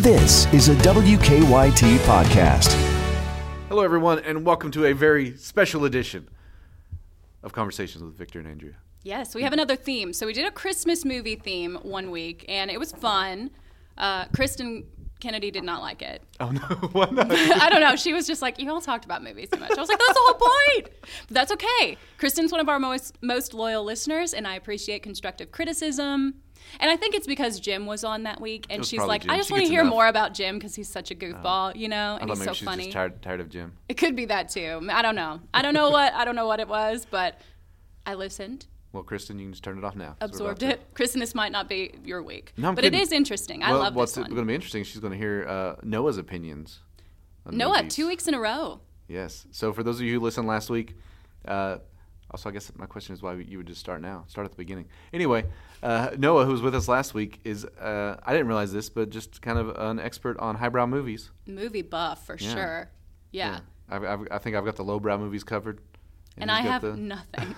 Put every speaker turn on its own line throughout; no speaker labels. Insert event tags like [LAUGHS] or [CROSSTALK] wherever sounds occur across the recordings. This is a WKYT podcast.
Hello, everyone, and welcome to a very special edition of Conversations with Victor and Andrea.
Yes, we have another theme. So we did a Christmas movie theme one week, and it was fun. Uh, Kristen Kennedy did not like it.
Oh no, [LAUGHS] why not?
[LAUGHS] I don't know. She was just like, "You all talked about movies too much." I was like, "That's the whole point." But that's okay. Kristen's one of our most most loyal listeners, and I appreciate constructive criticism. And I think it's because Jim was on that week, and
was
she's
probably
like,
Jim.
"I just
She
want to
gets
hear
enough. Oh.
more about Jim because he's such a goofball, you know,
I
and
thought
he's
maybe
so
she was
funny."
just tired, tired of Jim.
It could be that too. I don't know. I don't know what I don't know what it was, but I listened,
Well, Kristen, you can just turn it off now. 'cause we're about
absorbed
to-
it. [LAUGHS] Kristen, this might not be your week,
No, I'm
but
kidding.
it is interesting. I
well,
love
what's
this one.
going to be interesting? She's going to hear uh, Noah's opinions. on
Noah,
movies.
two weeks in a row.
Yes. So for those of you who listened last week, uh, also I guess my question is why you would just start now, start at the beginning. Anyway, uh, Noah, who was with us last week, is uh, I didn't realize this, but just kind of an expert on highbrow movies.
Movie buff for sure. Yeah.
I've, I've, I think I've got the lowbrow movies covered.
And
he's
I
got
have
the- [LAUGHS]
nothing.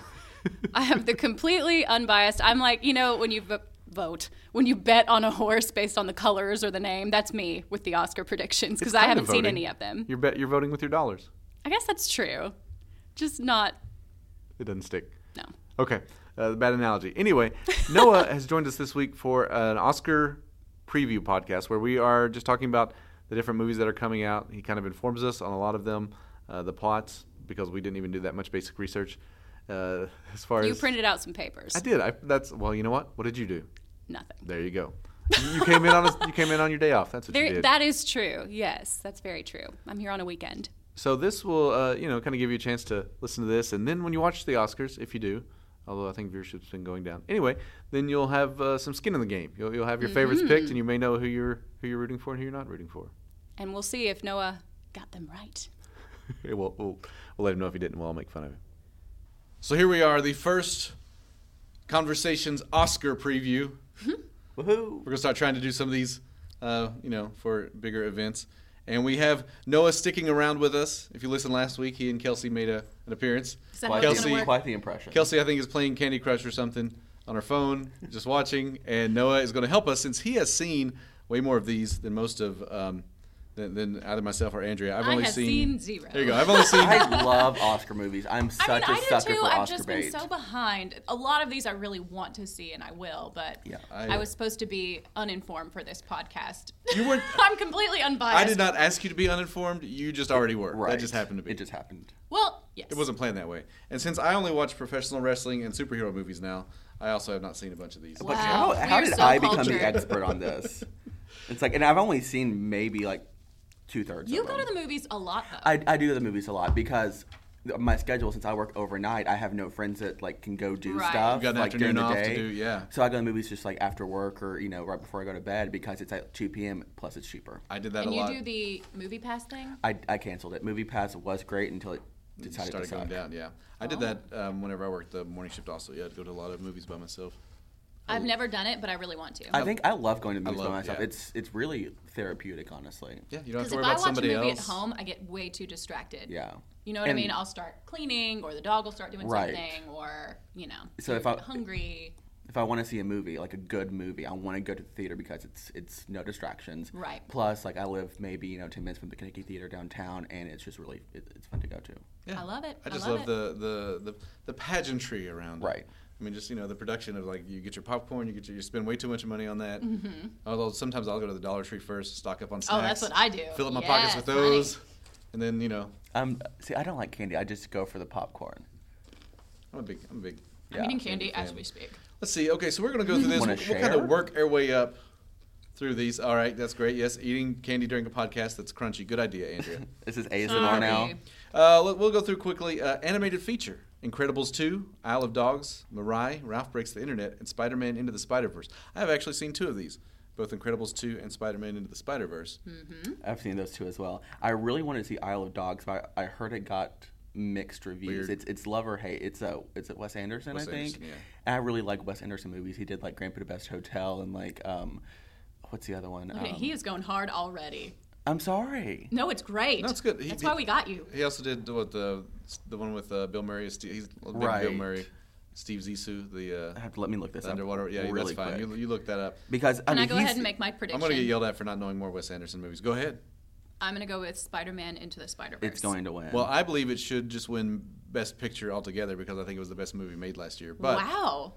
I have the completely unbiased. I'm like, you know, when you v- vote, when you bet on a horse based on the colors or the name, that's me with the Oscar predictions because
It's
I
kind
haven't
of
seen
voting.
any of them.
You're bet you're voting with your dollars.
I guess that's true. Just not,
It doesn't stick.
no.
Okay, uh, bad analogy.
[LAUGHS]
Anyway, Noah has joined us this week for an Oscar preview podcast where we are just talking about the different movies that are coming out. He kind of informs us on a lot of them, uh, the plots, because we didn't even do that much basic research. Uh, [LAUGHS] as far
You
as
printed out some papers.
I did. I, that's well. You know what? What did you do?
Nothing.
There you
[LAUGHS]
go. You- you came in on a, you came in on your day off. That's what you
There,
did.
that is true. Yes, that's very true. I'm here on a weekend.
So this will, uh, you know, kind of give you a chance to listen to this, and then when you watch the Oscars, if you do, although I think viewership's been going down. Anyway, then you'll have uh, some skin in the game. You'll, you'll have your favorites picked, and you may know who you're who you're rooting for and who you're not rooting for.
And we'll see if Noah got them right.
we'll, we'll we'll let him know if he didn't. We'll all make fun of him.
So here we are, the first Conversations Oscar preview. Woohoo! We're gonna start trying to do some of these, uh, you know, for bigger events. And we have Noah sticking around with us. If you listened last week, he and Kelsey made a, an appearance.
Is that how it's
Kelsey,
gonna work?
quite the impression.
Kelsey, I think, is playing Candy Crush or something on her
[LAUGHS]
phone, just watching. And Noah is going to help us since he has seen way more of these than most of um, than, than either myself or Andrea. I've
I
only
have
seen,
seen zero.
There you go. I've only seen.
[LAUGHS] I love Oscar movies. I'm
I mean,
such a
I do
sucker
too.
for
I've
Oscar
just been
bait.
so behind. A lot of these I really want to see, and I will. But
Yeah,
I,
I-
was supposed to be uninformed for this podcast.
You weren't-
[LAUGHS] I'm completely unbiased.
I did not ask you to be uninformed. You just already were.
right.
That just happened to be.
It just happened.
Well, yes.
It wasn't planned that way. And since I only watch professional wrestling and superhero movies now, I also have not seen a bunch of these.
Wow.
But how,
we
how
are
did
so
I become
cultured.
the expert on this? It's like, and I've only seen maybe like two thirds.
You
of
go
them.
to the movies a lot, though.
I, I do the movies a lot because th- my schedule since I work overnight, I have no friends that like can go do
Right.
stuff
You've got an
like during
afternoon
the
off to
day.
do- yeah.
So I go to the movies just like after work or you know right before I go to bed because it's at 2 p.m. plus it's cheaper.
I did that
and
a
you
lot.
do the movie pass thing.
I, I canceled it. Movie Pass was great until it
It
decided
started
to
going
suck.
down, yeah. I did
Oh.
that um, whenever I worked the morning shift also. Yeah, I'd go to a lot of movies by myself.
I've never done it, but I really want to.
I think I love going to movies
love-
by myself.
yeah.
It's it's really therapeutic, honestly.
Yeah, you don't have
Because
to
if
worry about
I watch a
somebody
movie
else.
at home, I get way too distracted.
Yeah.
You know what
And-
I mean? I'll start cleaning, or the dog will start doing
Right.
something, or you know,
So if
you're
I-
hungry,
If I want to see a movie, like a good movie, I want to go to the theater because it's it's no distractions.
Right.
Plus, like I live maybe you know ten minutes from the Kentucky Theater downtown, and it's just really it, it's fun to go to.
Yeah.
I love it.
I
I
just
love
love, the, the, the, the pageantry around it.
Right.
I mean, just, you know, the production of like, you get your popcorn, you get your, you spend way too much money on that. Although sometimes I'll go to the Dollar Tree first, stock up on snacks.
Mm-hmm. Oh, that's what I do.
Fill up my pockets with
Yes, honey.
those. And then, you know,
Um, see, I don't like candy. I just go for the popcorn.
I'm a big, I'm a big.
I'm eating
candy
candy as
fan.
we speak.
Let's see. Okay, so we're gonna go through this.
Wanna
We'll, we'll kind
share?
of work our way up through these. All right, that's great. Yes, eating candy during a podcast—that's crunchy. Good idea,
[LAUGHS]
Andrea.
This is ASMR now.
Sorry.
uh, let- we'll go through quickly. Uh, animated feature: Incredibles 2, Isle of Dogs, Mirai, Ralph Breaks the Internet, and Spider-Man Into the Spider-Verse. I have actually seen two of these, both Incredibles 2 and Spider-Man Into the Spider-Verse.
Hmm.
I've seen those two as well. I really wanted to see Isle of Dogs, but I, I heard it got mixed reviews.
Weird.
It's it's love or hate. It's a it's Wes Anderson,
Wes
I think.
Anderson, yeah.
And I really like Wes Anderson movies. He did like Grand Budapest Hotel and like um, what's the other one?
Look at-
Um,
he is going hard already.
I'm sorry.
No, it's great.
No, it's good. He-
That's why we got you.
He also did what the the one with uh, Bill Murray. He's a big Bill
Right.
Murray Steve Zissou, the
I
uh,
have to let me look this
the
up.
underwater. Yeah,
really
that's fine. You,
quick.
you look that up.
because I
Can I,
mean,
go
he's-
ahead and make my prediction?
I'm gonna get yelled at for not knowing more Wes Anderson movies. Go ahead.
I'm gonna go with Spider-Man into the Spider-Verse.
It's going to win.
Well, I believe it should just win Best Picture altogether because I think it was the best movie made last year. But
wow.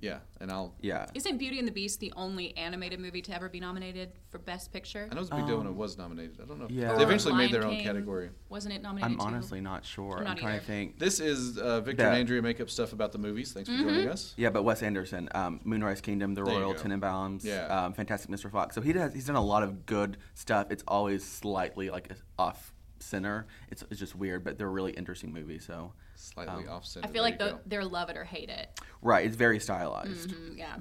yeah, and I'll.
yeah.
Isn't Beauty and the Beast the only animated movie to ever be nominated for Best Picture?
I know it's a big deal when it was nominated. I don't know. if-
Um, yeah.
They
Or
eventually made
Lion
their own
King.
category.
Wasn't it nominated?
I'm
too?
honestly not sure.
Not
I'm trying
either.
to think.
This is uh, Victor
That-
and Andrea make up stuff about the movies. Thanks for
Mm-hmm.
joining us.
Yeah, but Wes Anderson, um, Moonrise Kingdom, The
There you
Royal
go.
Tenenbaums,
Yeah.
um, Fantastic Mr. Fox. So he does. He's done a lot of good stuff. It's always slightly like off center. It's, it's just weird, but they're really interesting movies. So
Slightly
Oh.
off center.
I feel like
there you
the,
go.
they're love it or hate it.
right, it's very stylized.
Mm, Yeah.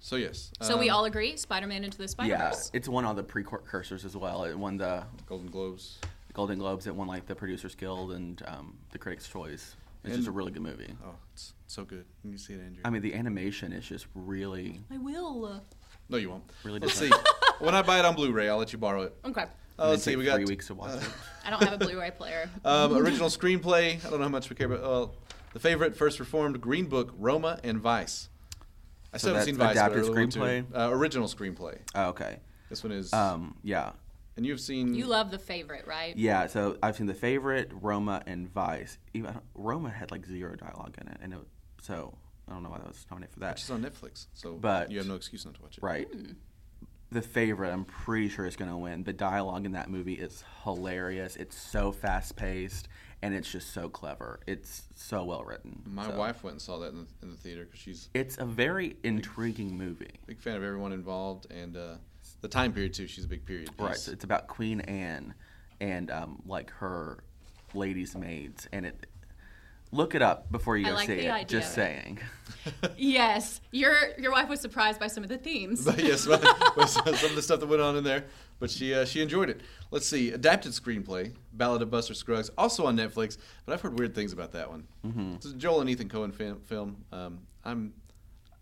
So yes.
So we
um,
all agree Spider-Man into the
Yeah,
Spider-Verse.
it's won all the precursors as well. It won the
Golden Globes.
Golden Globes. It won like the Producers Guild and um, the Critics' Choice. It's just a really good movie.
Oh, it's so good. You can see it, Andrew.
I mean, the animation is just really.
I will.
no, you won't.
Really
Let's see.
different.
when I buy it on Blu-ray, I'll let you borrow it.
Okay.
Uh, let's
it
see.
took
We got
three weeks
[LAUGHS]
to watch it.
I don't have a Blu-ray player.
Um, original screenplay. I don't know how much we care about. Well, the favorite, First Reformed, Green Book, Roma, and Vice. I still haven't seen
that's
Vice. but I
adapted
really want to.
screenplay?
Uh, original screenplay.
Oh, okay.
This one is.
Um, yeah,
and you've seen.
You love the favorite, right?
yeah. So I've seen The Favorite, Roma, and Vice. Even I don't- Roma had like zero dialogue in it, and it, so I don't know why that was nominated for that.
It's on Hmm. Netflix, so
But-
you have no excuse not to watch it.
Right. The favorite, I'm pretty sure, is going to win. The dialogue in that movie is hilarious. It's so fast paced, and it's just so clever. It's so well written.
My
So-
wife went and saw that in the, in the theater because she's
It's a very intriguing movie.
a big fan of everyone involved and uh, the time period too. She's a big period.
Right.
piece.
So it's about Queen Anne and um, like her ladies' maids, and it. Look it up before you
I
go
like
see
the
it.
idea
Just
of it.
saying. [LAUGHS]
Yes. Your your wife was surprised by some of the
[LAUGHS]
[LAUGHS]
themes.
But yes, right. Well, so- some of the stuff that went on in there, but she uh, she enjoyed it. Let's see, adapted screenplay, Ballad of Buster Scruggs, also on Netflix. But I've heard weird things about that one. Mm-hmm. It's a Joel and Ethan Cohen film. film. Um, I'm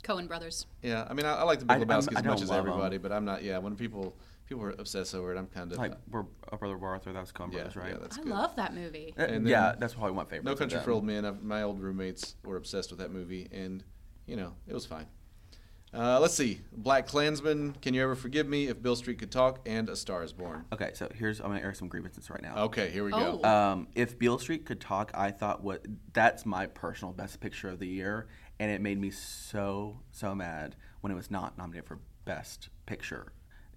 Cohen Brothers.
yeah. I mean, I, I like the Big
I- I'm-
Lebowski
I
as much
don't
as
love 'em.
everybody, but I'm not. Yeah, when people people are obsessed over it, I'm kind of
Like we're a brother Arthur. That was Coen
yeah,
Brothers, right?
yeah, that's
I
good.
love that movie.
Uh,
And
yeah,
then
that's probably my favorite.
No Country for Old Men. I've, my old roommates were obsessed with that movie, and you know it was fine. Uh, let's see, Black Klansman, Can You Ever Forgive Me? If Bill Street Could Talk, and A Star Is Born.
Okay, so here's I'm gonna air some grievances right now.
Okay, here we go.
Oh.
Um, if Beale Street could talk, I thought what that's my personal best picture of the year, and it made me so so mad when it was not nominated for best picture.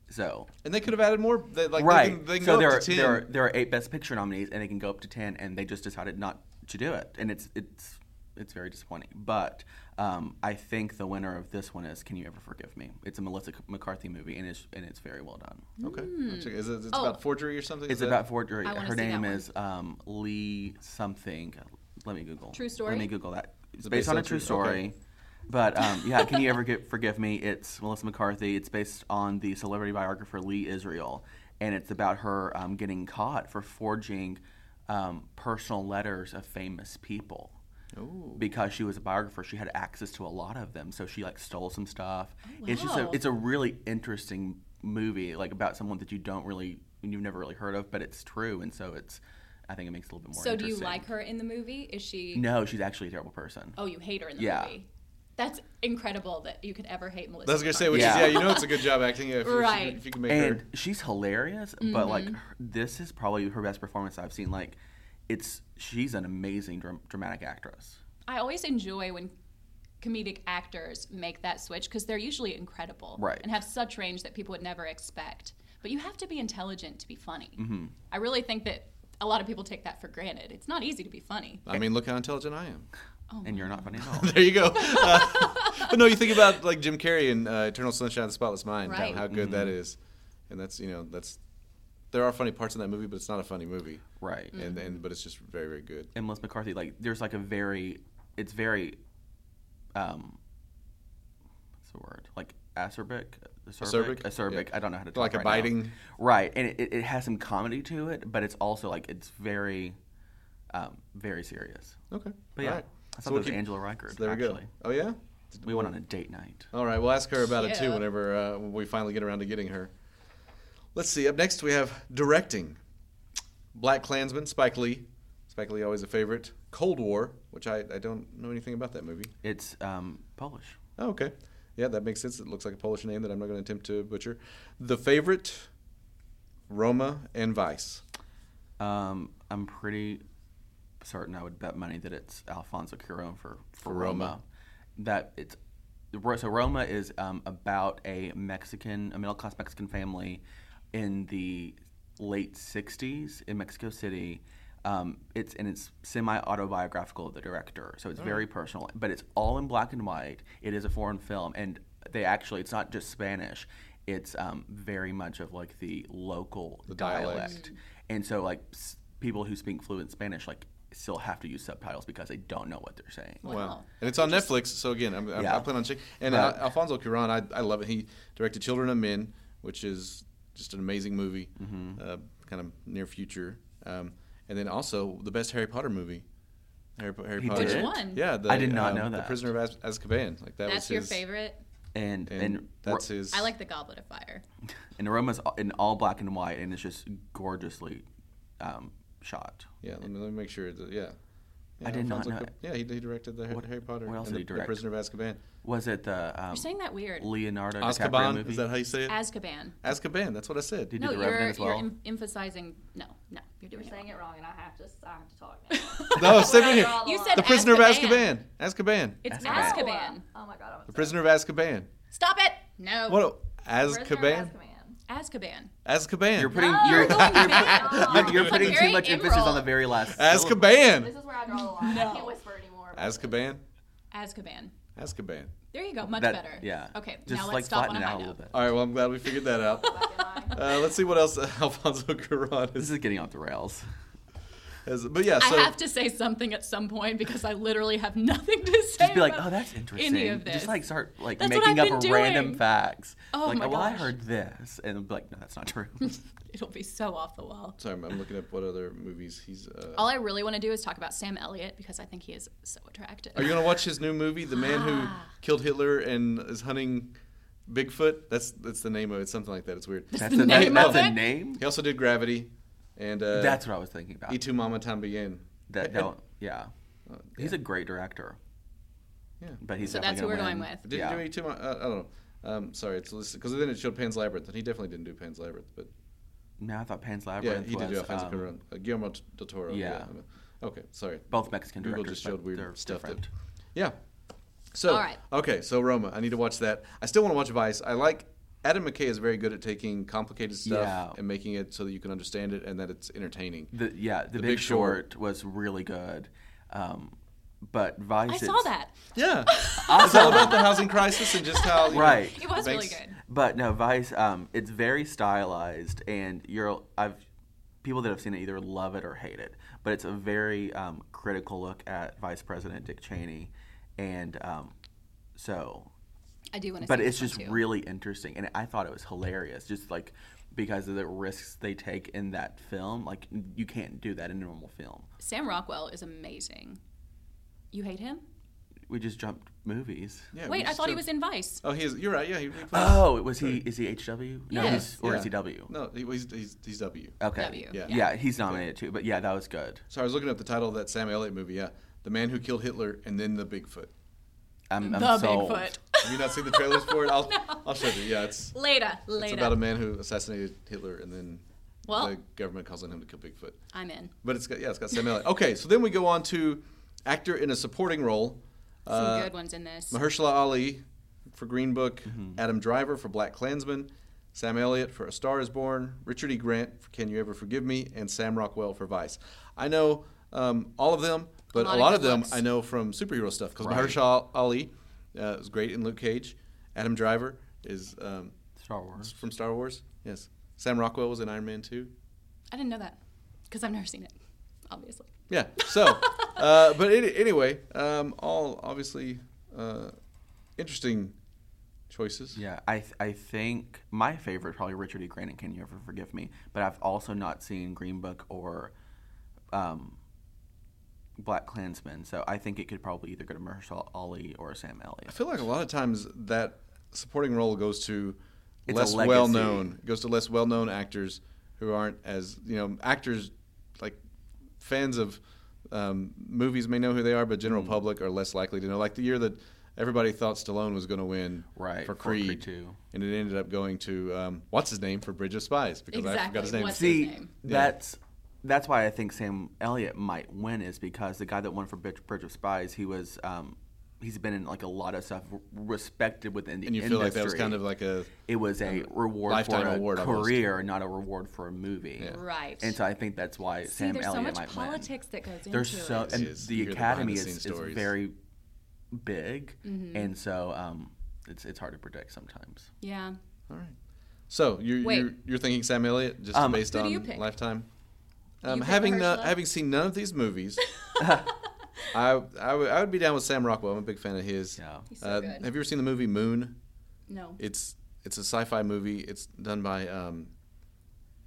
So
And they could have added more. They, like
right,
They can, they can
so
go
there
up
are,
to ten.
there are there are eight best picture nominees, and it can go up to ten, and they just decided not to do it, and it's it's it's very disappointing. But um, I think the winner of this one is "Can You Ever Forgive Me?" It's a Melissa McCarthy movie, and it's and it's very well done.
okay. Check- Is it, it's
Oh.
about forgery or something?
It's
Is that-
about forgery.
I wanna
Her
see that
name
one.
is um, Lee something. Let me Google.
True story?
Let me Google that. It's
it
based on a true story.
okay.
But um, yeah, can you ever get, forgive me? It's Melissa McCarthy. It's based on the celebrity biographer Lee Israel, and it's about her um, getting caught for forging um, personal letters of famous people. Because she was a biographer, she had access to a lot of them, so she like stole some stuff. It's just a,
Oh, wow.
it's a really interesting movie, like about someone that you don't really you've never really heard of, but it's true, and so it's I think it makes it a little bit more.
So do you
interesting.
like her in the movie? Is she?
No, she's actually a terrible person.
Oh, you hate her in the
Yeah.
movie. That's incredible that you could ever hate Melissa.
I was gonna say, which
Yeah.
is yeah, you know, it's a good job acting if, if you-
Right.
if you can make
and
her.
she's hilarious but like her, this is probably her best performance i've seen like it's she's an amazing dram- dramatic actress
I always enjoy when comedic actors make that switch because they're usually incredible
Right.
and have such range that people would never expect. But you have to be intelligent to be funny.
Mm-hmm.
I really think that a lot of people take that for granted. It's not easy to be funny.
I mean, look how intelligent I am.
and you're not funny at all
[LAUGHS] There you go. Uh, but no, you think about like Jim Carrey in uh, Eternal Sunshine of the Spotless Mind, how-
Right.
how, good that
Mm-hmm.
is, and that's you know that's there are funny parts in that movie, but it's not a funny movie,
right
Mm-hmm.
and and but it's just very very good.
and melissa mccarthy like there's like a very it's very um what's the word like acerbic acerbic
Acerbic?
acerbic
Yeah.
i don't know how to talk
Like a
right now.
biting-
right and it, it has some comedy to it but it's also like it's very um very serious
Okay,
but yeah
All right.
i thought
So
that
we'll
was
keep-
angela Rikers.
so there we go.
actually.
Oh yeah.
we went on a date night
All right, we'll ask her about it too
Yeah.
whenever uh, when we finally get around to getting her. Let's see. Up next, we have directing. Black Klansman, Spike Lee. Spike Lee always a favorite. Cold War, which I, I don't know anything about that movie.
It's um, Polish.
Oh, okay. Yeah, that makes sense. It looks like a Polish name that I'm not going to attempt to butcher. The favorite, Roma and Vice.
Um, I'm pretty certain I would bet money that it's Alfonso Cuarón for, for Roma.
Roma.
That it's so Roma is um, about a Mexican, a middle class Mexican family in the late '60s in Mexico City. Um, it's and it's semi autobiographical of the director, so it's very personal. But it's all in black and white. It is a foreign film, and they actually it's not just Spanish. It's um, very much of like the local
dialects.
dialect. And so, like, s- people who speak fluent Spanish, like, still have to use subtitles because they don't know what they're saying.
Wow.
And it's on Netflix, so again, I'm, I'm-
Yeah.
I plan on checking. And uh,
But-
Alfonso Cuarón, I, I love it. He directed Children of Men, which is just an amazing movie, uh, kind of near future. Um, and then also the best Harry Potter movie. Harry, Po- Harry
He
Potter.
did? Which
one?
Yeah, the, um,
I did not know
The
that.
Prisoner of Az- Azkaban. Like that
That's
was
your
his-
favorite.
And
And,
and
that's
Ro-
his.
I like the Goblet of Fire.
and Roma's all- in all black and white, and it's just gorgeously um, shot.
Yeah, let me, let me make sure. That, yeah. Yeah,
I did not
Alfonso
know
Cuar-
it.
Yeah, he, he directed the Har- Harry Potter.
what else
and
did
the,
he direct?
The Prisoner of Azkaban.
Was it the um,
You're saying that weird.
Leonardo DiCaprio
Azkaban.
movie?
Is that how you say it?
Azkaban.
Azkaban. That's what I said.
Did you
No,
do the
you're,
Revenant as
you're
well?
em- emphasizing. No, no, you're doing
You're
it
saying it wrong, and I have to. I have to [LAUGHS] talk.
No, step in here.
Now.
You said
The Prisoner of Azkaban.
Azkaban.
Azkaban.
It's
Azkaban.
Azkaban.
Oh my god. I'm
The Prisoner of Azkaban.
Stop it! No.
What? a-
Prisoner of
Azkaban.
Azkaban.
Azkaban.
You're putting
No,
[LAUGHS] you're,
going
you're,
back.
you're putting too
Very
much emphasis on
Emerald.
the very last. syllable.
This
Azkaban.
is where I draw the line. I can't whisper anymore. about this.
Azkaban.
Azkaban.
Azkaban.
There you go. Much
That-
better.
Yeah.
Okay.
Just
now
like
let's stop on
flatten
a
it
high
out a little
note.
bit.
All right. Well, I'm glad we figured that out. Uh, let's see what else [LAUGHS] Alfonso Cuarón
This
is.
is getting off the rails.
is- But yeah, so
I have to say something at some point because I literally have [LAUGHS] nothing to say.
Just be like,
about
oh, that's interesting.
of
Just
this.
like start like
That's what
making
I've
up
been
random
doing.
facts.
Oh
like,
my
well, I
gosh.
heard this, and be like, no, that's
[LAUGHS]
not true.
It'll be so off the wall.
Sorry, I'm I'm looking up what other movies he's. Uh,
All I really want to do is talk about Sam Elliott because I think he is so attractive.
are you gonna watch his new movie, The Man Who
Ah.
Killed Hitler and Is Hunting Bigfoot? That's that's the name of it. Something like that. It's weird.
that's
the
a,
name
that's
of
a
it?
name.
He also did Gravity, and uh,
That's what I was thinking about.
E tu Mama Tambien.
That don't. Yeah. He's a great director.
Yeah.
But he's
so that's who
definitely
we're
gonna
going
win.
with.
Did
Yeah.
he do E tu Mama? Uh, I don't know. Um, sorry, it's listed because then it showed Pan's Labyrinth, and he definitely didn't do Pan's Labyrinth, but
No, I thought Pan's
Yeah,
Labyrinth
he did do
was
Alfonso
um,
Cuarón. Uh, Guillermo del Toro.
yeah.
Okay, sorry.
both Mexican
Google
directors.
just showed
but
weird
they're
stuff that-
different.
Yeah. So,
All right.
okay, so Roma, I need to watch that. I still want to watch Vice. I like Adam McKay is very good at taking complicated stuff
Yeah.
and making it so that you can understand it and that it's entertaining.
The, yeah, The, Big,
Big
Short,
Short.
was really good, um, but Vice.
[LAUGHS] I saw
it's-
that.
[LAUGHS]
Yeah. it's all about the housing crisis and just how you know,
Right.
It was really
banks-
good.
But no, Vice. Um, it's very stylized, and you're I've people that have seen it either love it or hate it. But it's a very um, critical look at Vice President Dick Cheney, and um, so.
I do want to.
But
see
it's
this
just
one, too.
really interesting, and I thought it was hilarious, just like because of the risks they take in that film. Like you can't do that in a normal film.
Sam Rockwell is amazing. You hate him?
We just jumped movies.
Yeah, we
Wait, I
just
thought he
do-
was in Vice.
Oh, he is. You're right. Yeah. He, he plays-
Oh, was he? Is he HW? No,
Yes.
he's, or
yeah.
is he W?
No, he, he's, he's, he's W.
Okay.
W,
Yeah.
Yeah.
he's nominated too. But yeah, that was good.
So I was looking up the title of that Sam Elliott movie. Yeah, The Man Who Killed Hitler and then the Bigfoot.
I'm, I'm
the
sold.
Bigfoot. [LAUGHS]
Have you not seen the trailers for it? I'll, I'll show you. Yeah, it's
Later, later.
It's about a man who assassinated Hitler, and then
Well-
the government calls on him to kill Bigfoot.
I'm in.
But it's got yeah, it's got Sam Elliott. Okay, so then we go on to actor in a supporting role:
Some
Uh,
good ones in this.
Mahershala Ali for Green Book,
Mm-hmm.
Adam Driver for Black Klansman, Sam Elliott for A Star Is Born, Richard E. Grant for Can You Ever Forgive Me, and Sam Rockwell for Vice. I know um, all of them, but a lot,
lot of
of
good
them
looks.
I know from superhero stuff because
Right.
Mahershala Ali uh, is great in Luke Cage. Adam Driver is um,
Star Wars.
from Star Wars. Yes. Sam Rockwell was in Iron Man 2.
I didn't know that because I've never seen it, obviously.
Yeah.
[LAUGHS]
So, uh, but it, anyway, um, all obviously uh, interesting choices.
Yeah, I th- I think my favorite probably Richard E. Grant and Can You Ever Forgive Me? But I've also not seen Green Book or um, Black Klansman, so I think it could probably either go to Mahershala Ali or Sam
I
Elliott.
feel like a lot of times that supporting role goes to
It's a
less
legacy.
well known, goes to less well known actors who aren't as, you know, actors like fans of um, movies may know who they are, but
Mm.
general public are less likely to know. Like the year that everybody thought Stallone was going to win
Right,
for
for Creed
Creed,
two.
and it ended up going to um, what's his name for Bridge of Spies because I
Exactly,
forgot his name.
what's-
See,
name.
that's that's why I think Sam Elliott might win is because the guy that won for Bridge, Bridge of Spies, he was um, he's been in like a lot of stuff r- respected within the
and you feel
industry.
like that was kind of like a
it was a reward for
Um, lifetime
a
award almost.
career, not a reward for a movie.
Right.
And so I think that's why
See,
Sam
there's so
Elliott
much
might
politics that goes
win. There's
into
so
it.
and
It is. You
the
hear the
Academy
behind the
is,
scenes
is
stories.
very big,
Mm-hmm.
and so um, it's it's hard to predict sometimes.
Yeah.
So you
Wait.
you're, you're thinking Sam Elliott just
Um,
based
Who do
on
you pick?
Lifetime? Um,
pick
having no,
Mahershala?
having seen none of
[LAUGHS]
these movies, I I would- I would be down with Sam Rockwell. I'm a big fan of his.
Yeah.
He's so
Uh,
good.
Have you ever seen the movie Moon?
no.
It's it's a sci-fi movie. It's done by um,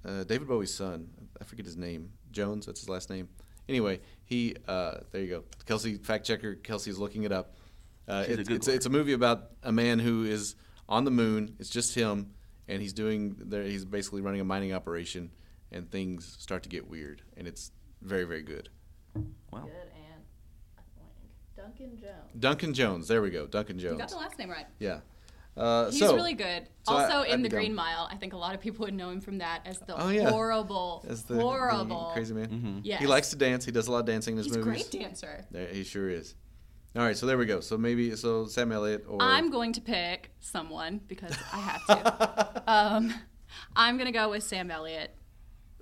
uh, David Bowie's son. I forget his name. Jones. That's his last name. Anyway, he uh, there you go. Kelsey fact checker. Kelsey's looking it up. Uh,
She's a
it's, it's, a,
Googler.
it's a movie about a man who is on the moon. It's just him, and he's doing. There, he's basically running a mining operation, and things start to get weird. And it's very very good.
Wow.
Good and
Uh,
blank. Duncan Jones.
Duncan Jones. There we go. Duncan
You got
Jones.
the last name right.
Yeah. Uh,
He's
so-
really good.
so I-
also,
I'd
in
be
The Green
down.
Mile, I think a lot of people would know him from that as the
Oh, yeah.
horrible,
As the, the
horrible.
crazy man.
Mm-hmm.
Yes.
He likes to dance. He does a lot of dancing in his
He's a
movies.
great dancer.
There, he sure is. All right, so there we go. So maybe so Sam Elliott or
I'm going to pick someone because I have to.
[LAUGHS]
um, I'm going to go with Sam Elliott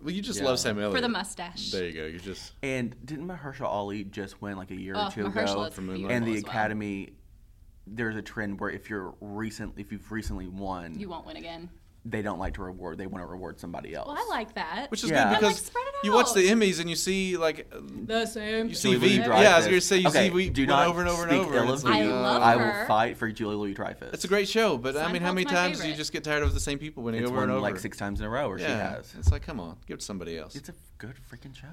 well, you just
Yeah.
love Sam Elliott
for the mustache.
There you go. You just
And didn't Mahershala Ali just win like a year
Oh,
or two
Mahershala
ago?
is From Moonlight.
and the
beautiful as well.
Academy, there's a trend where if you're recent, if you've recently won,
You won't win again.
they don't like to reward. They want to reward somebody else.
Well, I like that.
which is good
Yeah. I'm
like,
because
spread it
you watch
out.
the Emmys and you see like
the same.
you see
Julie
V.
Louis
Yeah, I was
Dreyfus.
gonna say you
okay,
see we
do
went
not
over and over and
speak
over.
ill
It's
of
like, uh,
I
Louis.
love
I
her.
will fight for Julie Louis Dreyfus.
it's a great show, but I mean, how
Seinfeld's
many
my
times do you
favorite.
just get tired of the same people winning
It's
over
won
and over?
like six times in a row, or
yeah,
she has.
it's like come on, give it to somebody else.
It's a good freaking show.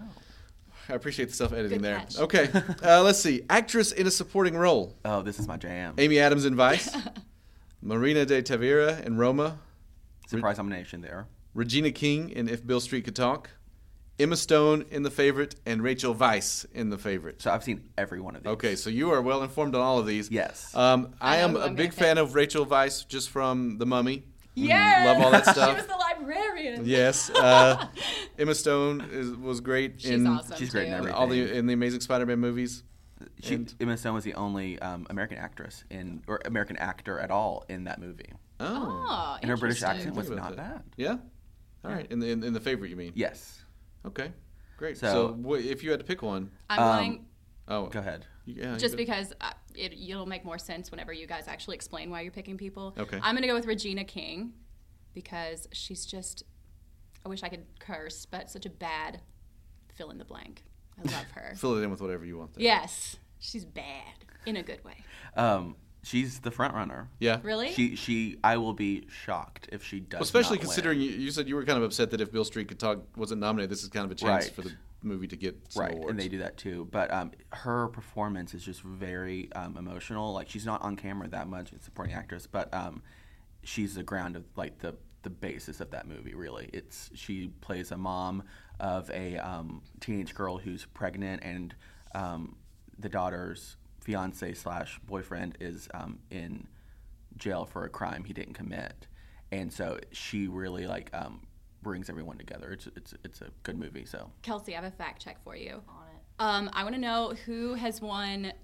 I appreciate the self editing
Good
there.
catch.
[LAUGHS]
Okay, uh, let's see. Actress in a supporting role:
Oh, this is my jam.
Amy Adams in Vice, [LAUGHS] Marina de Tavira in Roma,
Surprise nomination there.
Regina King in If Bill Street Could Talk, Emma Stone in The Favorite, and Rachel Weisz in The Favorite.
So I've seen every one of these.
Okay, so you are well informed on all of these.
Yes.
Um, I,
I know
am
who
a
I'm
big
gonna pick.
fan of Rachel Weisz just from The Mummy.
Yes!
Love all that
[LAUGHS] She was
stuff.
the librarian.
yes.
[LAUGHS]
Uh, Emma Stone is, was great
She's
in
awesome.
she's great in
too.
every-
all the in the Amazing Spider-Man movies.
She, Emma Stone was the only um, American actress in, or American actor at all in that movie.
Oh,
Oh,
And her British
interesting.
accent was
Think about
not
that.
bad.
yeah. All right, in the in, in the favorite, you mean?
Yes.
Okay, great. So,
So-
wha- if you had to pick one,
I'm going
oh,
Go ahead.
Yeah,
just
you-
because uh, it, it'll make more sense whenever you guys actually explain why you're picking people.
Okay.
I'm going to go with Regina King because she's just, I wish I could curse, but such a bad fill in the blank. I love
[LAUGHS]
her.
fill it in with whatever you want. There.
yes, she's bad in a good way.
Um, she's the front runner.
Yeah.
Really?
She she I will be shocked if she does.
Well, especially
not win.
considering you, you said you were kind of upset that if Bill Street could talk wasn't nominated, this is kind of a chance
Right.
for the movie to get some
right,
awards.
and they do that too. But um, her performance is just very um, emotional. Like she's not on camera that much; it's a supporting actress, but um, she's the ground of like the the basis of that movie. Really, it's she plays a mom of a um, teenage girl who's pregnant, and um, the daughter's fiance slash boyfriend is um, in jail for a crime he didn't commit, and so she really like. Um, brings everyone together. It's it's it's a good movie. So
Kelsey, I have a fact check for you. On it. Um, I want to know who has won,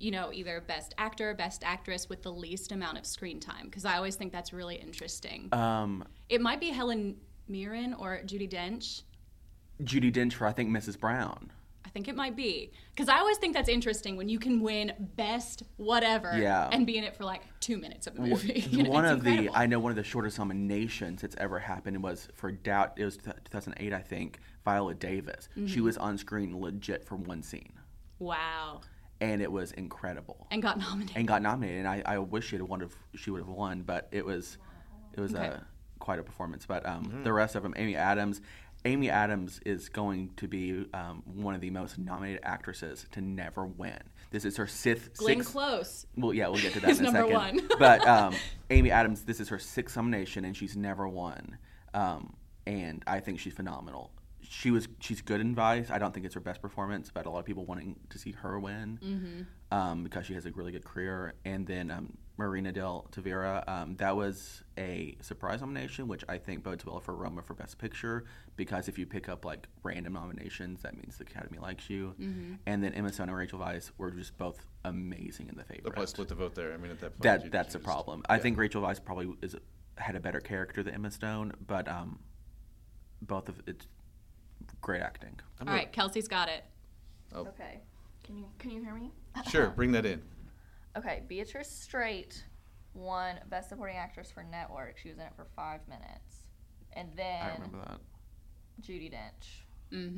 you know, either best actor, best actress with the least amount of screen time because I always think that's really interesting.
um,
it might be Helen Mirren or Judy Dench.
Judy Dench for I think Mrs. Brown.
I think it might be because I always think that's interesting when you can win best whatever
Yeah.
and be in it for like two minutes of the movie. [LAUGHS] You know,
one
it's
of the
incredible.
I know one of the shortest nominations that's ever happened was for Doubt. It was 2008, I think. Viola Davis.
Mm-hmm.
She was on screen legit for one scene,
wow
and it was incredible,
and got nominated.
and got nominated. And I, I wish she had won if she would have won, but it was it was
Okay.
a quite a performance. But um, the rest of them, Amy Adams. Amy Adams is going to be um, one of the most nominated actresses to never win. This is her sixth,
Glenn
sixth
Close.
Well, yeah, we'll get to that
He's
in a
number
second.
one.
[LAUGHS]
[LAUGHS]
but um, Amy Adams, this is her sixth nomination, and she's never won. Um, and I think she's phenomenal. she was she's good in Vice. I don't think it's her best performance, but a lot of people wanting to see her win
Mm-hmm.
um, because she has a really good career. And then um, Marina Del Tavira, um, that was a surprise nomination, which I think bodes well for Roma for Best Picture because if you pick up like random nominations, that means the Academy likes you.
Mm-hmm.
And then Emma Stone and Rachel Vice were just both amazing in the favorite.
They'll probably split the vote there. I mean, at that point,
That
you-
that's
you
a
just-
problem. I think Rachel Weisz probably is had a better character than Emma Stone, but um, both of it's great acting.
All right, Kelsey's got it.
Okay. Can you can you hear me?
Sure, bring that in.
Okay, Beatrice Straight won Best Supporting Actress for Network. She was in it for five minutes. And
I
then
remember that.
Judy Dench,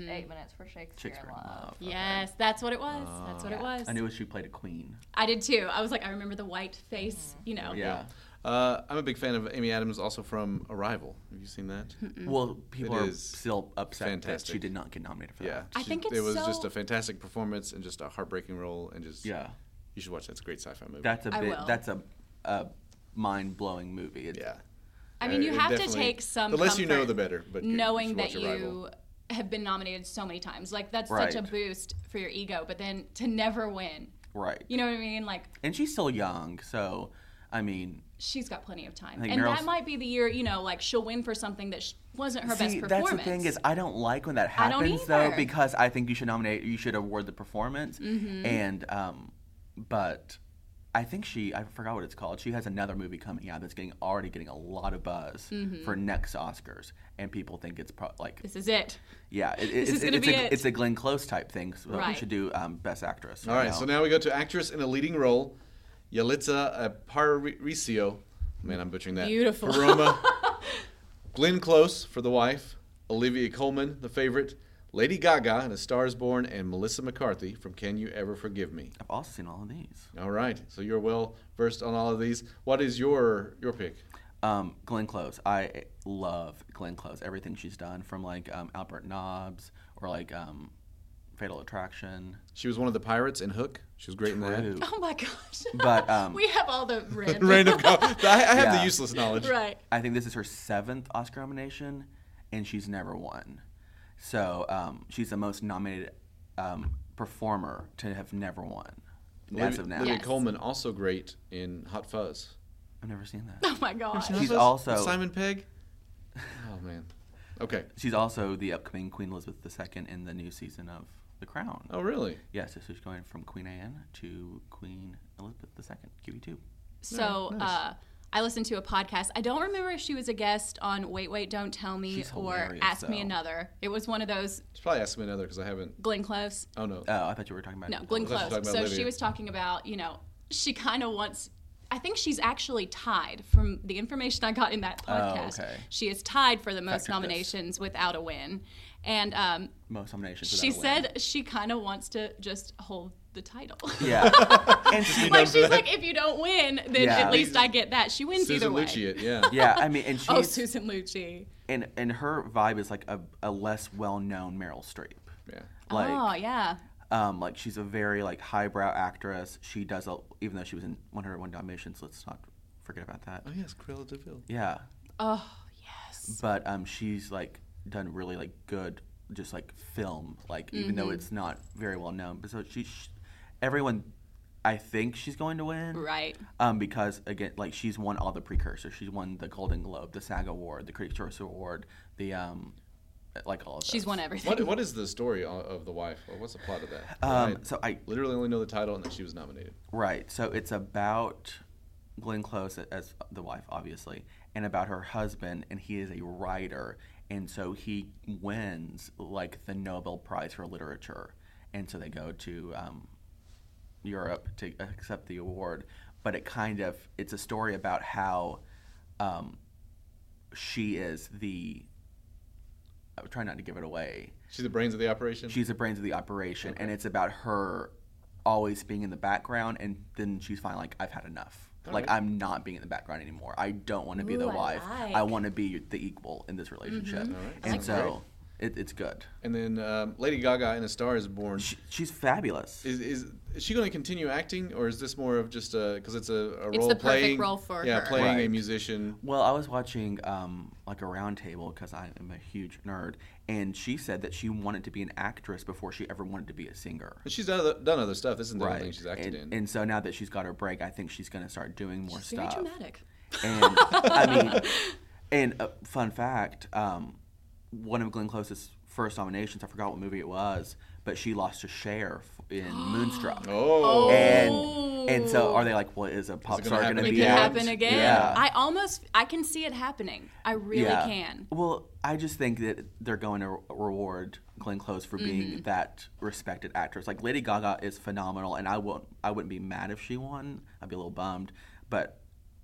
eight minutes for Shakespeare,
Shakespeare
in
in
Love.
Love.
Yes, that's what it was. that's what it was.
I knew she played a queen.
I did too. I was like, I remember the white face, you know.
Yeah.
Uh, I'm a big fan of Amy Adams, also from Arrival. Have you seen
[LAUGHS]
that?
Well, people
It
are
is
still upset that she
fantastic.
did not get nominated for
Yeah,
that.
I think it's
it was
so-
just a fantastic performance and just a heartbreaking role and just
Yeah.
You should watch that. It's a great sci-fi movie.
That's a
I
bit.
will.
That's a, a mind blowing movie. It's,
yeah.
I mean,
Uh,
you
it
have to
definitely-
take some.
The less you know,
comfort
the better. But you- you
knowing
should
that
watch
you
Arrival.
have been nominated so many times, like that's such a
Right.
boost for your ego. But then to never win,
Right.
you know what I mean? Like
And she's still young, so I mean,
she's got plenty of time,
think
and
Meryl's-
that might be the year, you know, like she'll win for something that sh- wasn't her best
See,
performance.
That's the thing is, I don't like when that
I don't
happens though,
either.
because I think you should nominate, you should award the performance,
Mm-hmm.
and um, but I think she, I forgot what it's called. She has another movie coming out that's getting already getting a lot of buzz for next Oscars, and people think it's pro- like,
this is Mm-hmm. it. [LAUGHS]
yeah, it,
is
it's-
gonna
it's
be
a,
it.
it's a Glenn Close type thing. So we
Right.
should do um, Best Actress.
All right, so now we go to actress in a leading role, Yalitza Aparicio. Man, I'm butchering that.
Beautiful.
For
[LAUGHS]
Roma. Glenn Close for the wife. Olivia Coleman, the favorite. Lady Gaga in A Star Is Born, and Melissa McCarthy from Can You Ever Forgive Me?
I've also seen all of these.
All right, so you're well versed on all of these. What is your your pick?
Um, Glenn Close. I love Glenn Close. Everything she's done, from like um, Albert Nobbs or like um, Fatal Attraction.
She was one of the pirates in Hook. She was great in
True.
that.
Oh my gosh.
But
[LAUGHS]
um,
we have all the
[LAUGHS]
random.
Random. co-
[LAUGHS]
I, I have
Yeah.
the useless knowledge.
right.
I think this is her seventh Oscar nomination, and she's never won. So um, she's the most nominated um, performer to have never won. As
Olivia,
of now,
Olivia
Yes.
Coleman also great in Hot Fuzz.
I've never seen that.
Oh my gosh.
She's
Elizabeth?
also-
With Simon Pegg. Oh man. Okay.
She's also the upcoming Queen Elizabeth II in the new season of The Crown.
Oh really?
Yes, so she's going from Queen Anne to Queen Elizabeth II, QE2. Oh,
So uh, I listened to a podcast. I don't remember if she was a guest on Wait, Wait, Don't Tell Me
She's
or
hilarious,
Ask Me
though.
Another. It was one of those
Should probably ask me another because I haven't.
Glenn Close.
Oh no.
Oh, I thought you were talking about
No, Glenn
thought she was
Close.
talking about
So
Olivia.
she was talking about, you know, she kind of wants. I think she's actually tied from the information I got in that podcast.
Oh, okay.
She is tied for the most
Factor this.
nominations without a win, and um,
most nominations.
she
without a win.
said she kind of wants to just hold the
[LAUGHS]
title.
"Yeah,"
[LAUGHS]
and she
like she's like, if you don't win, then
Yeah.
at least I get that. She wins
Susan
either way.
Lucci. It. Yeah.
[LAUGHS] yeah, I mean, and she's
Oh, Susan Lucci.
and and her vibe is like a, a less well known Meryl Streep.
yeah.
Like,
oh yeah.
Um, like she's a very like highbrow actress. She does a, even though she was in 101 Dalmatians. Let's not forget about that.
Oh yes, Cruella De Vil.
Yeah. Oh yes. But um, she's like done really like good, just like film, like even
Mm-hmm.
though it's not very well known. But so she, sh everyone, I think she's going to win.
Right.
Um, because again, like she's won all the precursors. She's won the Golden Globe, the SAG Award, the Critics' Choice Award, the um, like all of
She's
those.
won everything.
What, what is the story o- of the wife? Or what's the plot of that?
Um,
I
so I
literally only know the title and that she was nominated.
Right. So it's about Glenn Close a- as the wife, obviously, and about her husband, and he is a writer, and so he wins like the Nobel Prize for literature, and so they go to um, Europe to accept the award. But it kind of it's a story about how um, she is the. I'm trying not to give it away.
She's the brains of the operation.
She's the brains of the operation, and it's about her always being in the background, and then she's finally like, I've had enough. like, I'm not being in the background anymore. I don't want to be the
Ooh, I
wife. I
like. Mm-hmm.
want to be the equal in this relationship. And so It, it's good.
And then um, Lady Gaga in A Star Is Born.
She, she's fabulous.
Is, is, is she going to continue acting, or is this more of just a because it's a, a
It's
role
the perfect
playing
role for
yeah
her.
playing a
Right.
musician?
Well, I was watching um, like a roundtable because I am a huge nerd, and she said that she wanted to be an actress before she ever wanted to be a singer.
But she's done other, done other stuff. This isn't the only thing she's acted in.
and, and so now that she's got her break, I think she's going to start doing more
Very
stuff.
dramatic.
And
[LAUGHS]
I mean, and uh, fun fact, um, one of Glenn Close's first nominations, I forgot what movie it was, but she lost to Cher f-
[GASPS]
in Moonstruck.
oh,
And and so are they like, well, is a pop
gonna
star
happen
going to
again?
It
be
could
out?
happen again.
Yeah.
I almost, I can see it happening. I really
yeah.
can.
Well, I just think that they're going to re- reward Glenn Close for being
Mm-hmm.
that respected actress. Like Lady Gaga is phenomenal, and I won't. I wouldn't be mad if she won. I'd be a little bummed, but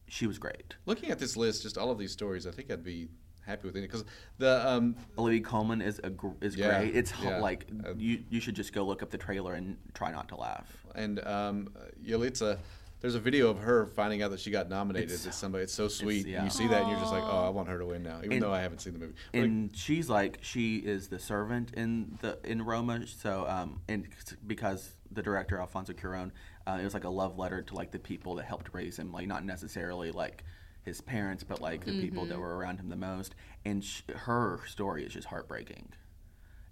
she was great.
looking at this list, just all of these stories, I think I'd be happy with it because the um,
Olivia Coleman is a gr- is
Yeah,
great. It's h-
yeah. Uh,
like you you should just go look up the trailer and try not to laugh.
and um, Yalitza. There's a video of her finding out that she got nominated. It's, somebody. It's so sweet.
yeah.
And you see that, and you're just like, oh, I want her to win now, even
And-
though I haven't seen the movie. But
And she's like she is the servant in the in Roma. So um and c- because the director Alfonso Cuarón, uh, it was like a love letter to like the people that helped raise him, like not necessarily like his parents, but like the people that were around him the most. And sh her story is just heartbreaking.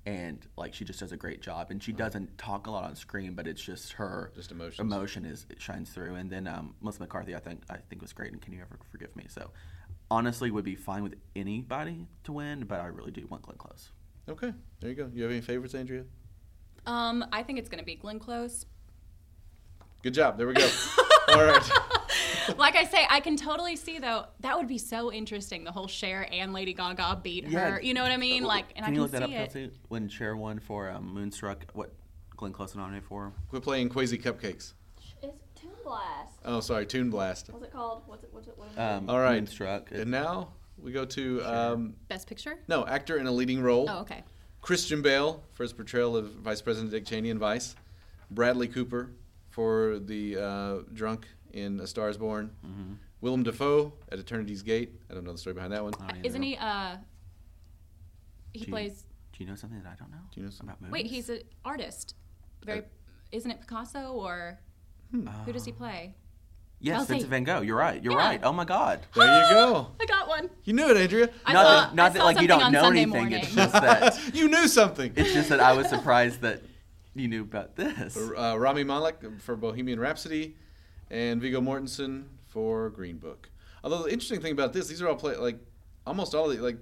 And like she just does a great job, and she doesn't talk a lot on screen, but it's just her
Just emotions.
Emotion is it shines through, and then um, Melissa McCarthy, I think I think was great. And can you ever forgive me? So, honestly, would be fine with anybody to win, but I really do want Glenn Close.
okay, there you go. You have any favorites, Andrea?
Um, I think it's going to be Glenn Close.
Good job. There we go. all right.
Like I say, I can totally see though. That would be so interesting. The whole Cher and Lady Gaga beat
Yeah. Oh,
her. You know what I mean? Like, and
can
I
you
can
look
see
that up,
it.
Kelsey? When Cher won for um, Moonstruck, what Glenn Close nominated for?
Quit playing Quazy Cupcakes.
It's Toon Blast.
Oh, sorry, Tune Blast.
What's it called? What's it? What's it? What is
Um,
All right.
Moonstruck.
And now we go to um,
Best Picture.
no actor in a leading role.
Oh, okay.
Christian Bale for his portrayal of Vice President Dick Cheney in Vice, Bradley Cooper for the uh, drunk in A Star Is Born, Willem Dafoe at Eternity's Gate. I don't know the story behind that one.
Isn't he? Uh, he
Do you-
plays.
Do you know something that I don't know? Do
you know something?
about movies?
Wait, he's an artist. Very.
Uh,
isn't it Picasso or
hmm.
who does he play?
yes,
Kelsey.
Vincent Van Gogh. You're right. You're
Yeah.
right. Oh my God.
There you go.
[GASPS] I got one.
You knew it, Andrea.
I
not
saw,
that, not
I
that
saw
like you
something
don't
on
know
Sunday
anything.
Morning.
It's just
[LAUGHS]
that
You knew something.
it's just that I was surprised that you knew about this.
Uh, Rami Malek for Bohemian Rhapsody, and Vigo Mortensen for Green Book. Although the interesting thing about this, these are all play like almost all of the, like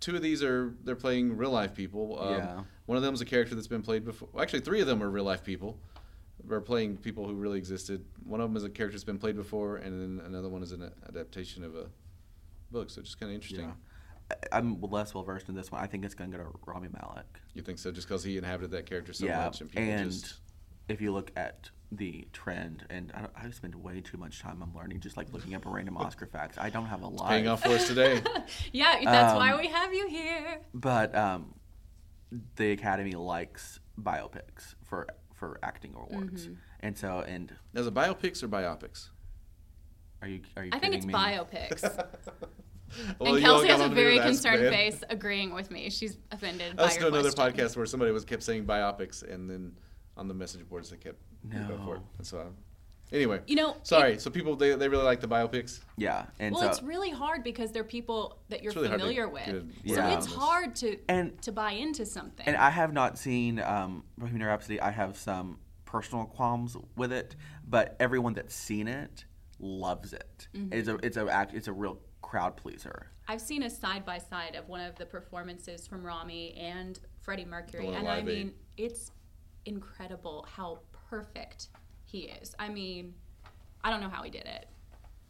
two of these are they're playing real life people. Um,
Yeah.
One of them is a character that's been played before. well, Actually, three of them are real life people. Are playing people who really existed. One of them is a character that's been played before, and then another one is an adaptation of a book. So just kind of interesting.
I- I'm less well versed in this one. I think it's going to go to Rami Malek.
You think so? Just because he inhabited that character so
yeah,
much, and people
and
just
if you look at the trend, and I, don't, I spend way too much time I'm learning just like looking up random Oscar facts. I don't have a lot.
paying off for us today. [LAUGHS]
Yeah, that's
Um,
why we have you here.
But um, the Academy likes biopics for for acting awards,
Mm-hmm.
and so and
As a biopics or biopics?
are you are you?
I think
kidding
it's
[LAUGHS]
me?
biopics.
Well,
and
you all
Kelsey
got
has a
on to me with
very
that,
concerned
man.
face agreeing with me. She's offended
I
by
listened to
your
another
question.
podcast where somebody was kept saying biopics, and then on the message boards they kept
No.
going for it. And so, I'm- anyway,
You know,
sorry. so people they, they really like the biopics.
Yeah, and
Well,
so
it's really hard because they're people that you're
It's really hard to
familiar
get
with.
a-
Yeah.
So it's hard to
And-
to buy into something.
And I have not seen um, Bohemian Rhapsody. I have some personal qualms with it, but everyone that's seen it loves it. It's a it's a act- it's a real crowd pleaser.
I've seen a side by side of one of the performances from Rami and Freddie Mercury,
The one at
and I
Live Aid.
mean, it's incredible how perfect he is. I mean, I don't know how he did it.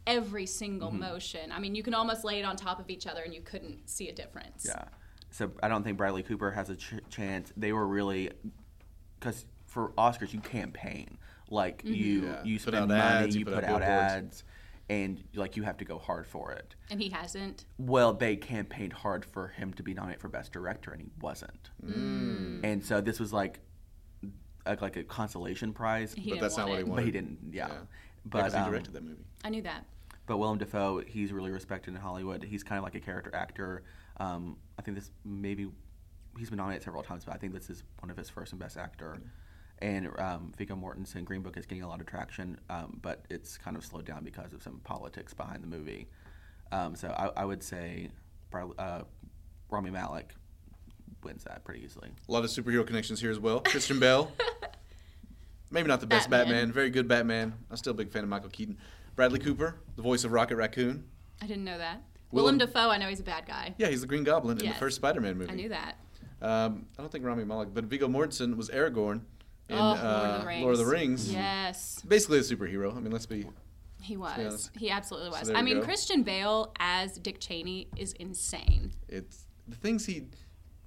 Every single
Mm-hmm.
motion. I mean, you can almost lay it on top of each other, and you couldn't see a difference.
Yeah. So I don't think Bradley Cooper has a ch- chance. They were really because for Oscars you campaign like you
Yeah.
you
Put
spend
out
money,
ads,
you, put, out,
billboards.
ads, and like you have to go hard for it.
And he hasn't.
Well, they campaigned hard for him to be nominated for Best Director, and he wasn't.
Mm.
And so this was like, a, like a consolation prize,
He
But
didn't
that's not
want
what
it.
he
but
wanted.
he didn't. Yeah,
Yeah.
but
because he
um,
directed that movie.
I knew that.
but Willem Dafoe, he's really respected in Hollywood. He's kind of like a character actor. Um, I think this maybe he's been nominated several times, but I think this is one of his first and best actor. And um, Viggo Mortensen, Green Book is getting a lot of traction, um, but it's kind of slowed down because of some politics behind the movie. Um, so I, I would say Bar- uh, Rami Malek wins that pretty easily.
A lot of superhero connections here as well. Christian
[LAUGHS]
Bell, maybe not the best Batman. very good Batman. I'm still a big fan of Michael Keaton. Bradley Cooper, the voice of Rocket Raccoon.
I didn't know that.
Willem-
Willem Dafoe, I know he's a bad guy.
Yeah, he's the Green Goblin in the
Yes.
first Spider-Man movie.
I knew that.
Um, I don't think Rami Malek, but Viggo Mortensen was Aragorn in
Oh, Lord of the
uh, Lord of the Rings.
Yes,
Basically a superhero. I mean, let's be.
he was.
honest.
He absolutely was.
there
I
we
mean,
go.
Christian Bale as Dick Cheney is insane.
It's the things he,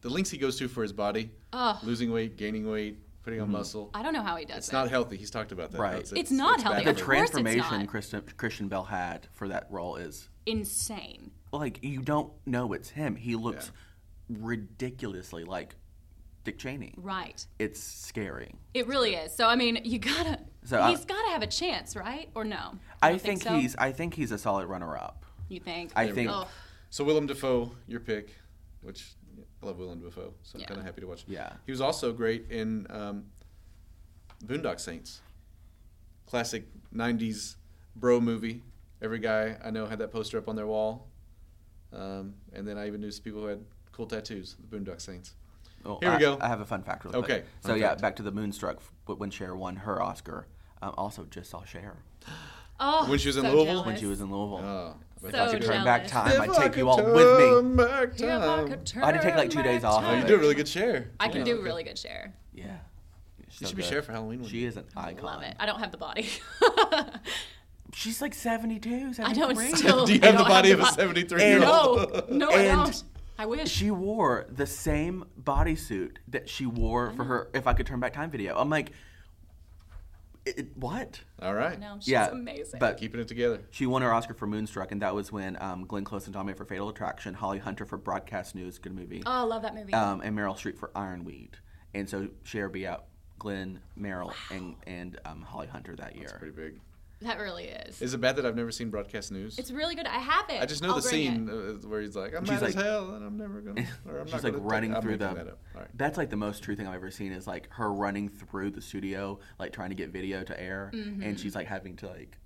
the links he goes to for his body,
Ugh.
losing weight, gaining weight, putting on muscle.
I don't know how he does
It's
it.
not healthy. He's talked about that.
Mm-hmm. Right.
That's-
It's not healthy.
bad
The
for
course it's
transformation
not.
Christian, Christian Bell had for that role is
insane.
like you don't know it's him. He looks ridiculously like Dick Cheney.
Right.
It's scary.
It really is. So I mean, you gotta.
So, I-
he's gotta have a chance, right? Or no? You
I
don't
think,
so?
he's I think he's a solid runner up.
You think?
I think
Oh,
So Willem Dafoe, your pick, which I love Willem Dafoe, so I'm
Yeah.
kind of happy to watch.
Yeah.
He was also great in um, Boondock Saints, classic '90s bro movie. Every guy I know had that poster up on their wall, um, and then I even knew some people who had cool tattoos. The Boondock Saints.
well,
Here we
I,
go.
I have a fun fact. Really
Okay,
Quick. So
fun
yeah,
fact.
back to the Moonstruck f- but when Cher won her Oscar. Um, also just saw Cher
oh,
When she was in
so
Louisville,
when she
jealous.
was in Louisville.
Oh, I bet
So
I could turn back
jealous.
time. I
If
take
could
you all with me.
turn back
If I
time.
could
I had to take, like,
turn
two days
back
off.
time.
Oh, You do a really good share.
I can do a really good share.
Yeah.
You should be Cher for Halloween. one
She is an icon.
Love it. I don't have the body. [LAUGHS]
She's like 72, 73.
I know it's
[LAUGHS] [LAUGHS]
still. [LAUGHS]
Do you
I
have the
don't
body of a
body.
73 year old?
No, no, I
And-
don't. I wish.
She wore the same bodysuit that she wore for her
Oh.
If I Could Turn Back Time video. I'm like, it, it- what?
All right.
no, she's
yeah,
amazing.
But
Keeping it together.
she won her Oscar for Moonstruck, and that was when um, Glenn Close and nominated for Fatal Attraction, Holly Hunter for Broadcast News, good movie,
oh, I love that movie.
um, and Meryl Streep for Ironweed. And so Cher beat out Glenn, Meryl, and, and um, Holly Hunter that year.
Pretty big.
that really is.
Is it bad that I've never seen broadcast news?
It's really good. I have it.
I just know
I'll
the
bring it.
scene uh, where he's like, "I'm
She's
mad as
like-
hell, and I'm never
[LAUGHS]
gonna." Or I'm
She's
not
like
gonna take-"
running
I'm
through the.
making That up. All right.
That's like the most true thing I've ever seen is like her running through the studio, like trying to get video to air, and
Mm-hmm.
she's like having to like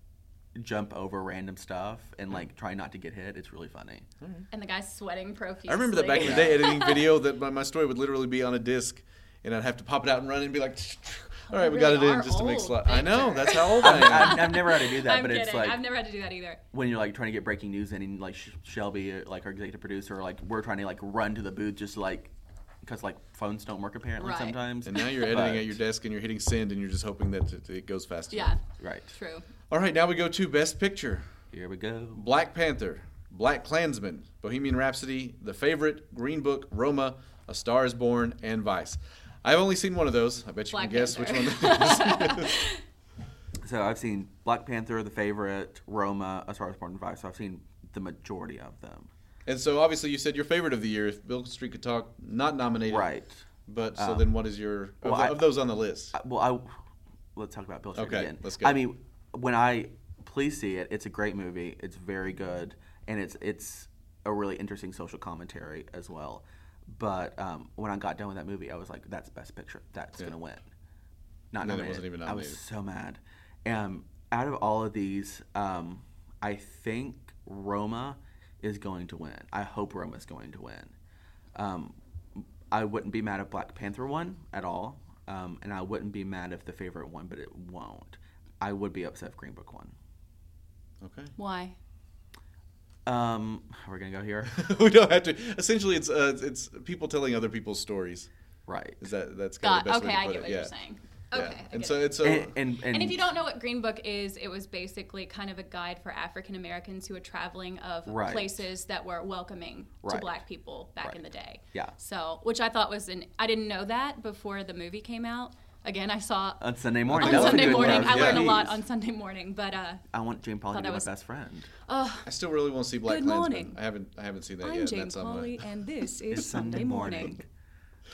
jump over random stuff and like try not to get hit. It's really funny.
And the guy's sweating profusely.
I remember that back in
[LAUGHS]
the day editing video that my, my story would literally be on a disc, and I'd have to pop it out and run and be like, [LAUGHS] "All right, we got it
really
in
are
just to make
old,
slot." I know
Victor.
that's how old I am.
I've, I've never had to do that,
I'm
but
kidding.
it's like
I've never had to do that either.
when you're like trying to get breaking news in, and like Sh- Shelby, uh, like our executive producer, like we're trying to like run to the booth just like because like phones don't work apparently
Right.
sometimes.
And now you're editing at your desk and you're hitting send and you're just hoping that it, it goes faster.
Yeah,
right.
true.
All right, now we go to best picture.
Here we go.
Black Panther, Black Klansman, Bohemian Rhapsody, The Favorite, Green Book, Roma, A Star is Born, and Vice. I've only seen one of those. I bet you
Black
can guess
Panther.
which one that is.
So I've seen Black Panther, The Favorite, Roma, A Star Is Born, and Vice. So I've seen the majority of them.
and so obviously you said your favorite of the year, if Bill Street could talk, not nominated.
Right. Um,
But so then what is your, of,
well,
the-
I-
of those on the list?
I- Uh, Well, I let's talk about Bill Street
Okay,
again.
let's go.
I mean, when I please see it, it's a great movie. It's very good, and it's it's a really interesting social commentary as well. But um, when I got done with that movie, I was like, "That's Best Picture. That's gonna win." Not
then it
nominated.
wasn't even
I
nominated.
was so mad. Um, out of all of these, um, I think Roma is going to win. I hope Roma's going to win. Um, I wouldn't be mad if Black Panther won at all, um, and I wouldn't be mad if the favorite won, but it won't. I would be upset if Green Book won.
okay. [LAUGHS]
Why?
Um, we're gonna
[LAUGHS]
go here,
we don't have to. Essentially, it's uh, it's people telling other people's stories.
right?
Is that that's kind of
God.
the best
Okay,
way to
I
put
get
it.
what
yeah.
you're saying.
Yeah.
Okay. I
And
get
so
it.
it's so.
And, and, and,
And if you don't know what Green Book is, it was basically kind of a guide for African Americans who were traveling of
Right.
places that were welcoming to
Right.
black people back in the
Right.
day.
Yeah.
So, which I thought was an I didn't know that before the movie came out. Again, I saw
on Sunday morning,
on
that was a
Sunday
good
morning.
one.
I learned a
yeah.
lot on Sunday morning, but uh,
I want Jane Paul to
Thought
be
I
my
was- [LAUGHS]
best friend.
I still really want to see Black
Good
Klansman.
morning.
I haven't I haven't seen that
I'm
yet.
Jane
that's uh, on my, [LAUGHS]
Pauley, and this is Sunday morning.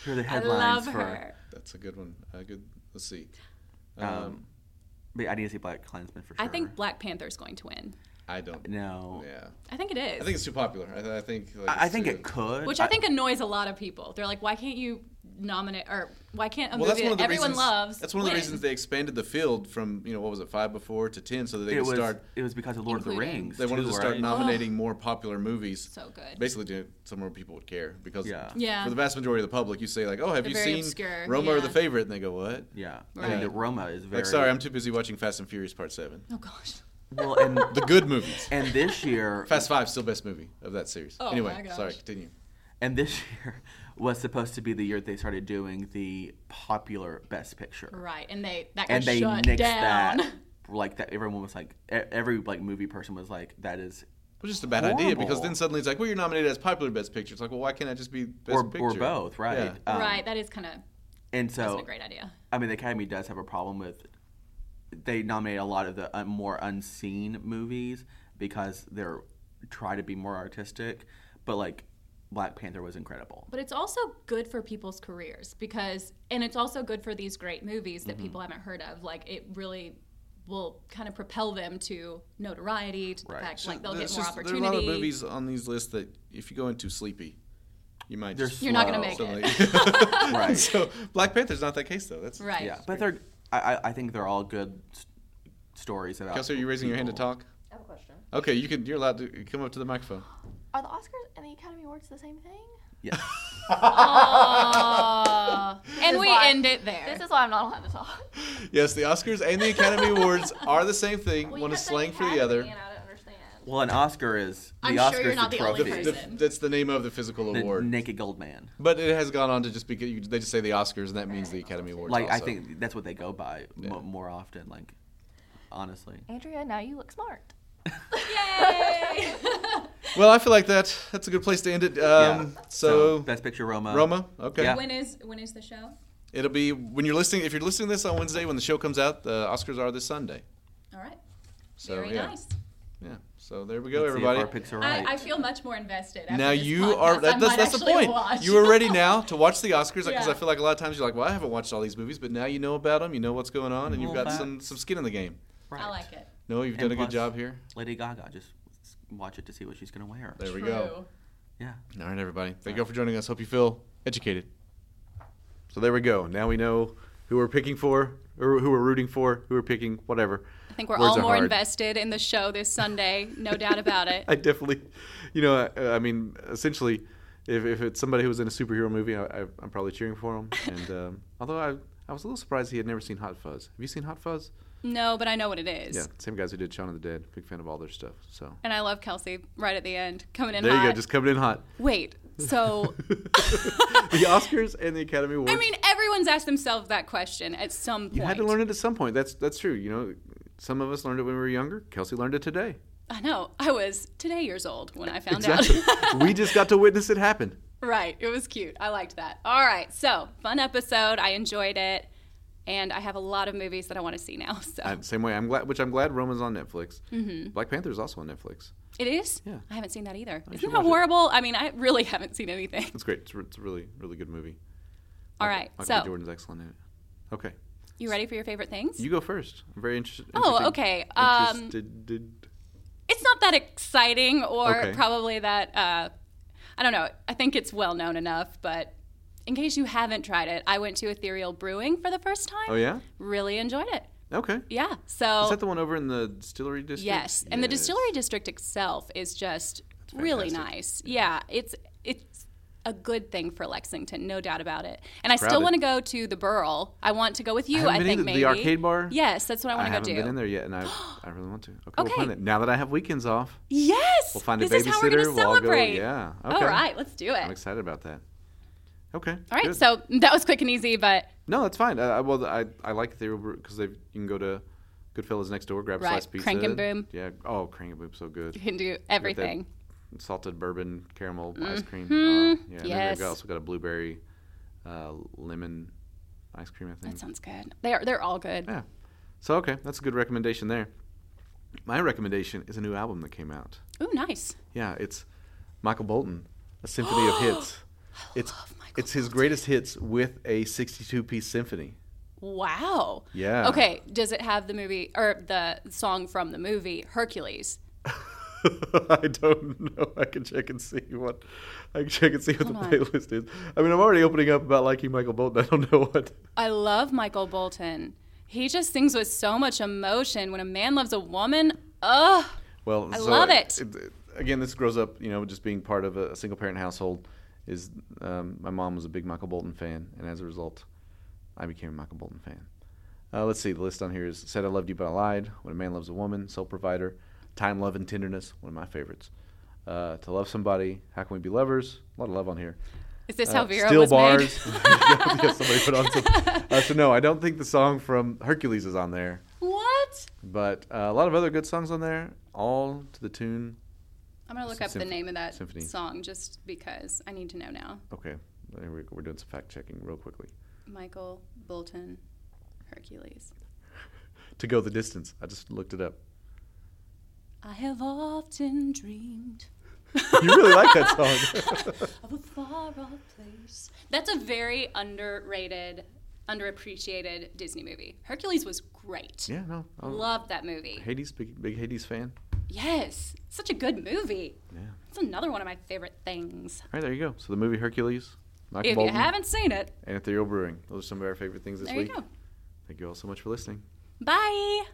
Here are the
I
headlines
love
for.
her.
That's a good one. A good. Let's see.
Um, but I need to see Black Klansman for sure.
I think Black Panther's going to win.
I don't.
No.
Yeah.
I think it is.
I think it's too popular. I, th- I think. Like,
I, I
it's
think
too-
it could.
which I, think annoys a lot of people. They're like, why can't you nominate or why can't a
Well, that's
movie
one of
that
the
everyone
reasons.
loves?
that's one of the
win?
reasons they expanded the field from you know what was it five before to ten, so that they
it
could
was.
start.
It was because of Lord of the
Including-
Rings.
They wanted
too,
to start
right?
nominating more popular movies.
So good.
Basically, to somewhere people would care because
Yeah.
Yeah.
for the vast majority of the public, you say like, "Oh, have you
very
seen
obscure,
Roma or the
yeah.
Favorite?" and they go, "What?"
Yeah. I
Right.
mean, the Roma is very.
Like, sorry, I'm too busy watching Fast and Furious Part Seven. [LAUGHS]
oh gosh.
Well, and
The good movies.
and this year,
Fast Five still best movie of that series.
Oh,
anyway,
my gosh.
sorry, continue.
and this year [LAUGHS] was supposed to be the year they started doing the popular Best Picture.
Right, and they that got
and they
shut
nixed
down. [LAUGHS]
that. Like that, everyone was like, e- every like movie person was like, that is,
Which is a bad idea because
Horrible.
then suddenly it's like, well, you're nominated as popular best picture. It's like, well, why can't I just be best
or
picture
or both, right?
Yeah.
Um,
right, that is kind of
And so,
a great idea.
I mean, the Academy does have a problem with they nominate a lot of the uh, more unseen movies because they're try to be more artistic, but like Black Panther was incredible.
But it's also good for people's careers because, and it's also good for these great movies
Mm-hmm.
that people haven't heard of. Like it really will kind of propel them to notoriety, to the
Right.
fact like they'll
There's
get more
just-
opportunity.
There are a lot of movies on these lists that if you go into sleepy, you might
They're
just
You're not
gonna
slow.
make it.
[LAUGHS]
Right.
so Black Panther's not that case though. That's
Right.
Yeah, but they're I, I- I think they're all good s- stories about.
Kelsey, are you raising your hand to
people.
talk?
I have a question.
Okay, you can. You're allowed to come up to the microphone.
Are the Oscars and the Academy Awards the same thing?
Yeah.
[LAUGHS]
And we
why-
end it there.
This is why I'm not allowed to talk.
Yes, the Oscars and the Academy Awards are the same thing.
Well,
one
you
is
said
slang for the
Academy,
other.
and I don't understand.
Well, an Oscar is the
I'm
Oscar's
sure you're not the only
trophy.
The-
Person.
that's the name of the physical
The
award.
Naked Gold Man.
But it has gone on to just be you- they just say the Oscars and that means the Academy Awards.
Like I
also.
think that's what they go by mo- more often. Like honestly,
Andrea, now you look smart.
[LAUGHS]
Well, I feel like that that's a good place to end it. Um,
Yeah.
So,
Best Picture Roma.
Roma, okay.
Yeah.
When is when is the show?
It'll be when you're listening. If you're listening to this on Wednesday, when the show comes out, the Oscars are this Sunday.
All right.
So
Very
yeah,
nice.
yeah. So there we go,
Let's see if
everybody.
our picks are right.
I, I feel much more invested. After
now
this
you
podcast. I
are that, that's,
might
that's the
actually
point
watch.
you
[LAUGHS]
are ready now to watch the oscars because i
Yeah.
feel like a lot of times you're like well i haven't watched all these movies but now you know about them you know what's going on and you've
Well,
got
that-
some, some skin in the game
right.
I like it.
no you've done
And
a good
plus-
job here
Lady Gaga. Just s- watch it to see what she's gonna wear.
there we go
Yeah.
all right everybody thank you all for joining us hope you feel educated so there we go now we know who we're picking for or who we're rooting for who we're picking whatever
I think we're
Words
all
are
more
hard.
invested in the show this Sunday, no doubt about
[LAUGHS]
it.
[LAUGHS] I definitely, you know, I, I mean, essentially, if, if it's somebody who was in a superhero movie, I, I, I'm probably cheering for
[LAUGHS]
him. And um, although I, I was a little surprised he had never seen Hot Fuzz. Have you seen Hot Fuzz?
No, but I know what it is.
Yeah, same guys who did Shaun of the Dead. Big fan of all their stuff. So
And I love Kelsey right at the end, coming in
there
hot.
you go, just coming in
[LAUGHS]
hot.
Wait,
[LAUGHS]
so
The Oscars and the Academy Awards.
I mean, everyone's asked themselves that question at some point.
you had to learn it at some point. That's that's true. You know, some of us learned it when we were younger. Kelsey learned it today.
I know. I was today years old when I found [LAUGHS]
Exactly.
out.
we just got to witness it happen.
Right. It was cute. I liked that. All right. So, fun episode. I enjoyed it. And I have a lot of movies that I want to see now. [LAUGHS] So,
I, same way, I'm glad, which I'm glad Roman's on Netflix. Mm-hmm. Black Panther's also on Netflix.
it is?
Yeah.
I haven't seen that either.
should
Isn't that
watch it.
horrible? I mean, I really [LAUGHS] haven't seen anything.
It's great. It's, it's a really, really good movie.
All right.
Michael B.
So,
Jordan's excellent in it. Okay,
you ready for your favorite things?
you go first. I'm very interested.
Oh, okay. Um, it's not that exciting or
Okay.
probably that, uh, I don't know. I think it's well known enough, but in case you haven't tried it, I went to Ethereal Brewing for the first time.
oh yeah.
Really enjoyed it.
Okay.
Yeah. So,
Is that the one over in the distillery district?
Yes, and the
Yes.
distillery district itself is just really
fantastic.
nice. Yeah, it's it's a good thing for Lexington, no doubt about it. And I still
Crowded.
want to go to the Burl. I want to go with you.
haven't
I,
been
think
either.
maybe
The arcade bar?
Yes, that's what I
I
want to go
haven't
do.
been in there yet, and I, I really
[GASPS]
want to. Okay, we'll plan
Okay.
it. Now that I have weekends off,
Yes,
we'll find a
this
babysitter.
is how we're gonna
we'll all go.
celebrate.
Yeah. Okay.
All right, let's do it.
I'm excited about that. Okay.
all right,
good.
so [LAUGHS] that was quick and easy, but
No, that's fine. Uh, well, I I like the because they you can go to Goodfellas next door, grab a
Right,
slice pizza.
Crank and Boom.
Yeah. Oh, crank and boom, so good.
you can do everything.
Salted bourbon caramel ice cream. Oh, yeah. And then
Mm-hmm. Yes.
they've got- also got a blueberry uh, lemon ice cream. I think.
That sounds good. They are they're all good.
yeah. So okay, that's a good recommendation there. My recommendation is a new album that came out.
Ooh, nice.
Yeah, it's Michael Bolton, a symphony
[GASPS]
of hits. It's it's his greatest hits with a 62 piece symphony.
Wow.
Yeah.
Okay, does it have the movie or the song from the movie Hercules?
I don't know. I can check and see what I can check and see what
Hold on.
the playlist is. I mean, I'm already opening up about liking Michael Bolton. I don't know what.
I love Michael Bolton. He just sings with so much emotion. When a man loves a woman, ugh.
Well,
I
so
love it.
Again, this grows up, you know, just being part of a single parent household. Is um, my mom was a big Michael Bolton fan, and as a result, I became a Michael Bolton fan. Uh, let's see. The list on here is "Said I Loved You But I Lied," "When a Man Loves a Woman," "Soul Provider," "Time, Love, and Tenderness," one of my favorites. Uh, "To Love Somebody," "How Can We Be Lovers," a lot of love on here.
Is this
Uh,
how Vera
Steel
was
bars. [LAUGHS]
made?
yeah, yeah, somebody put on some. Uh, so no, I don't think the song from Hercules is on there,
[LAUGHS] What?
but uh, a lot of other good songs on there, all to the tune.
I'm gonna look
Sym-
up the
symph-
name of that
symphony.
song just because I need to know now.
Okay, there we go. we're doing some fact checking real quickly.
Michael Bolton, Hercules.
To go the distance, I just looked it up. [LAUGHS]
I have often dreamed
You really like that song. [LAUGHS]
of a far off place. That's a very underrated, underappreciated Disney movie. Hercules was great.
yeah, Oh. no, I was-
Loved that movie.
Hades, big, big Hades fan.
Yes, such a good movie.
Yeah.
It's another one of my favorite things.
All right, there you go. So the movie Hercules, Michael
if
Bolton,
you haven't seen it,
and Ethereal Brewing. Those are some of our favorite things this
there
week.
you go.
Thank you all so much for listening.
Bye.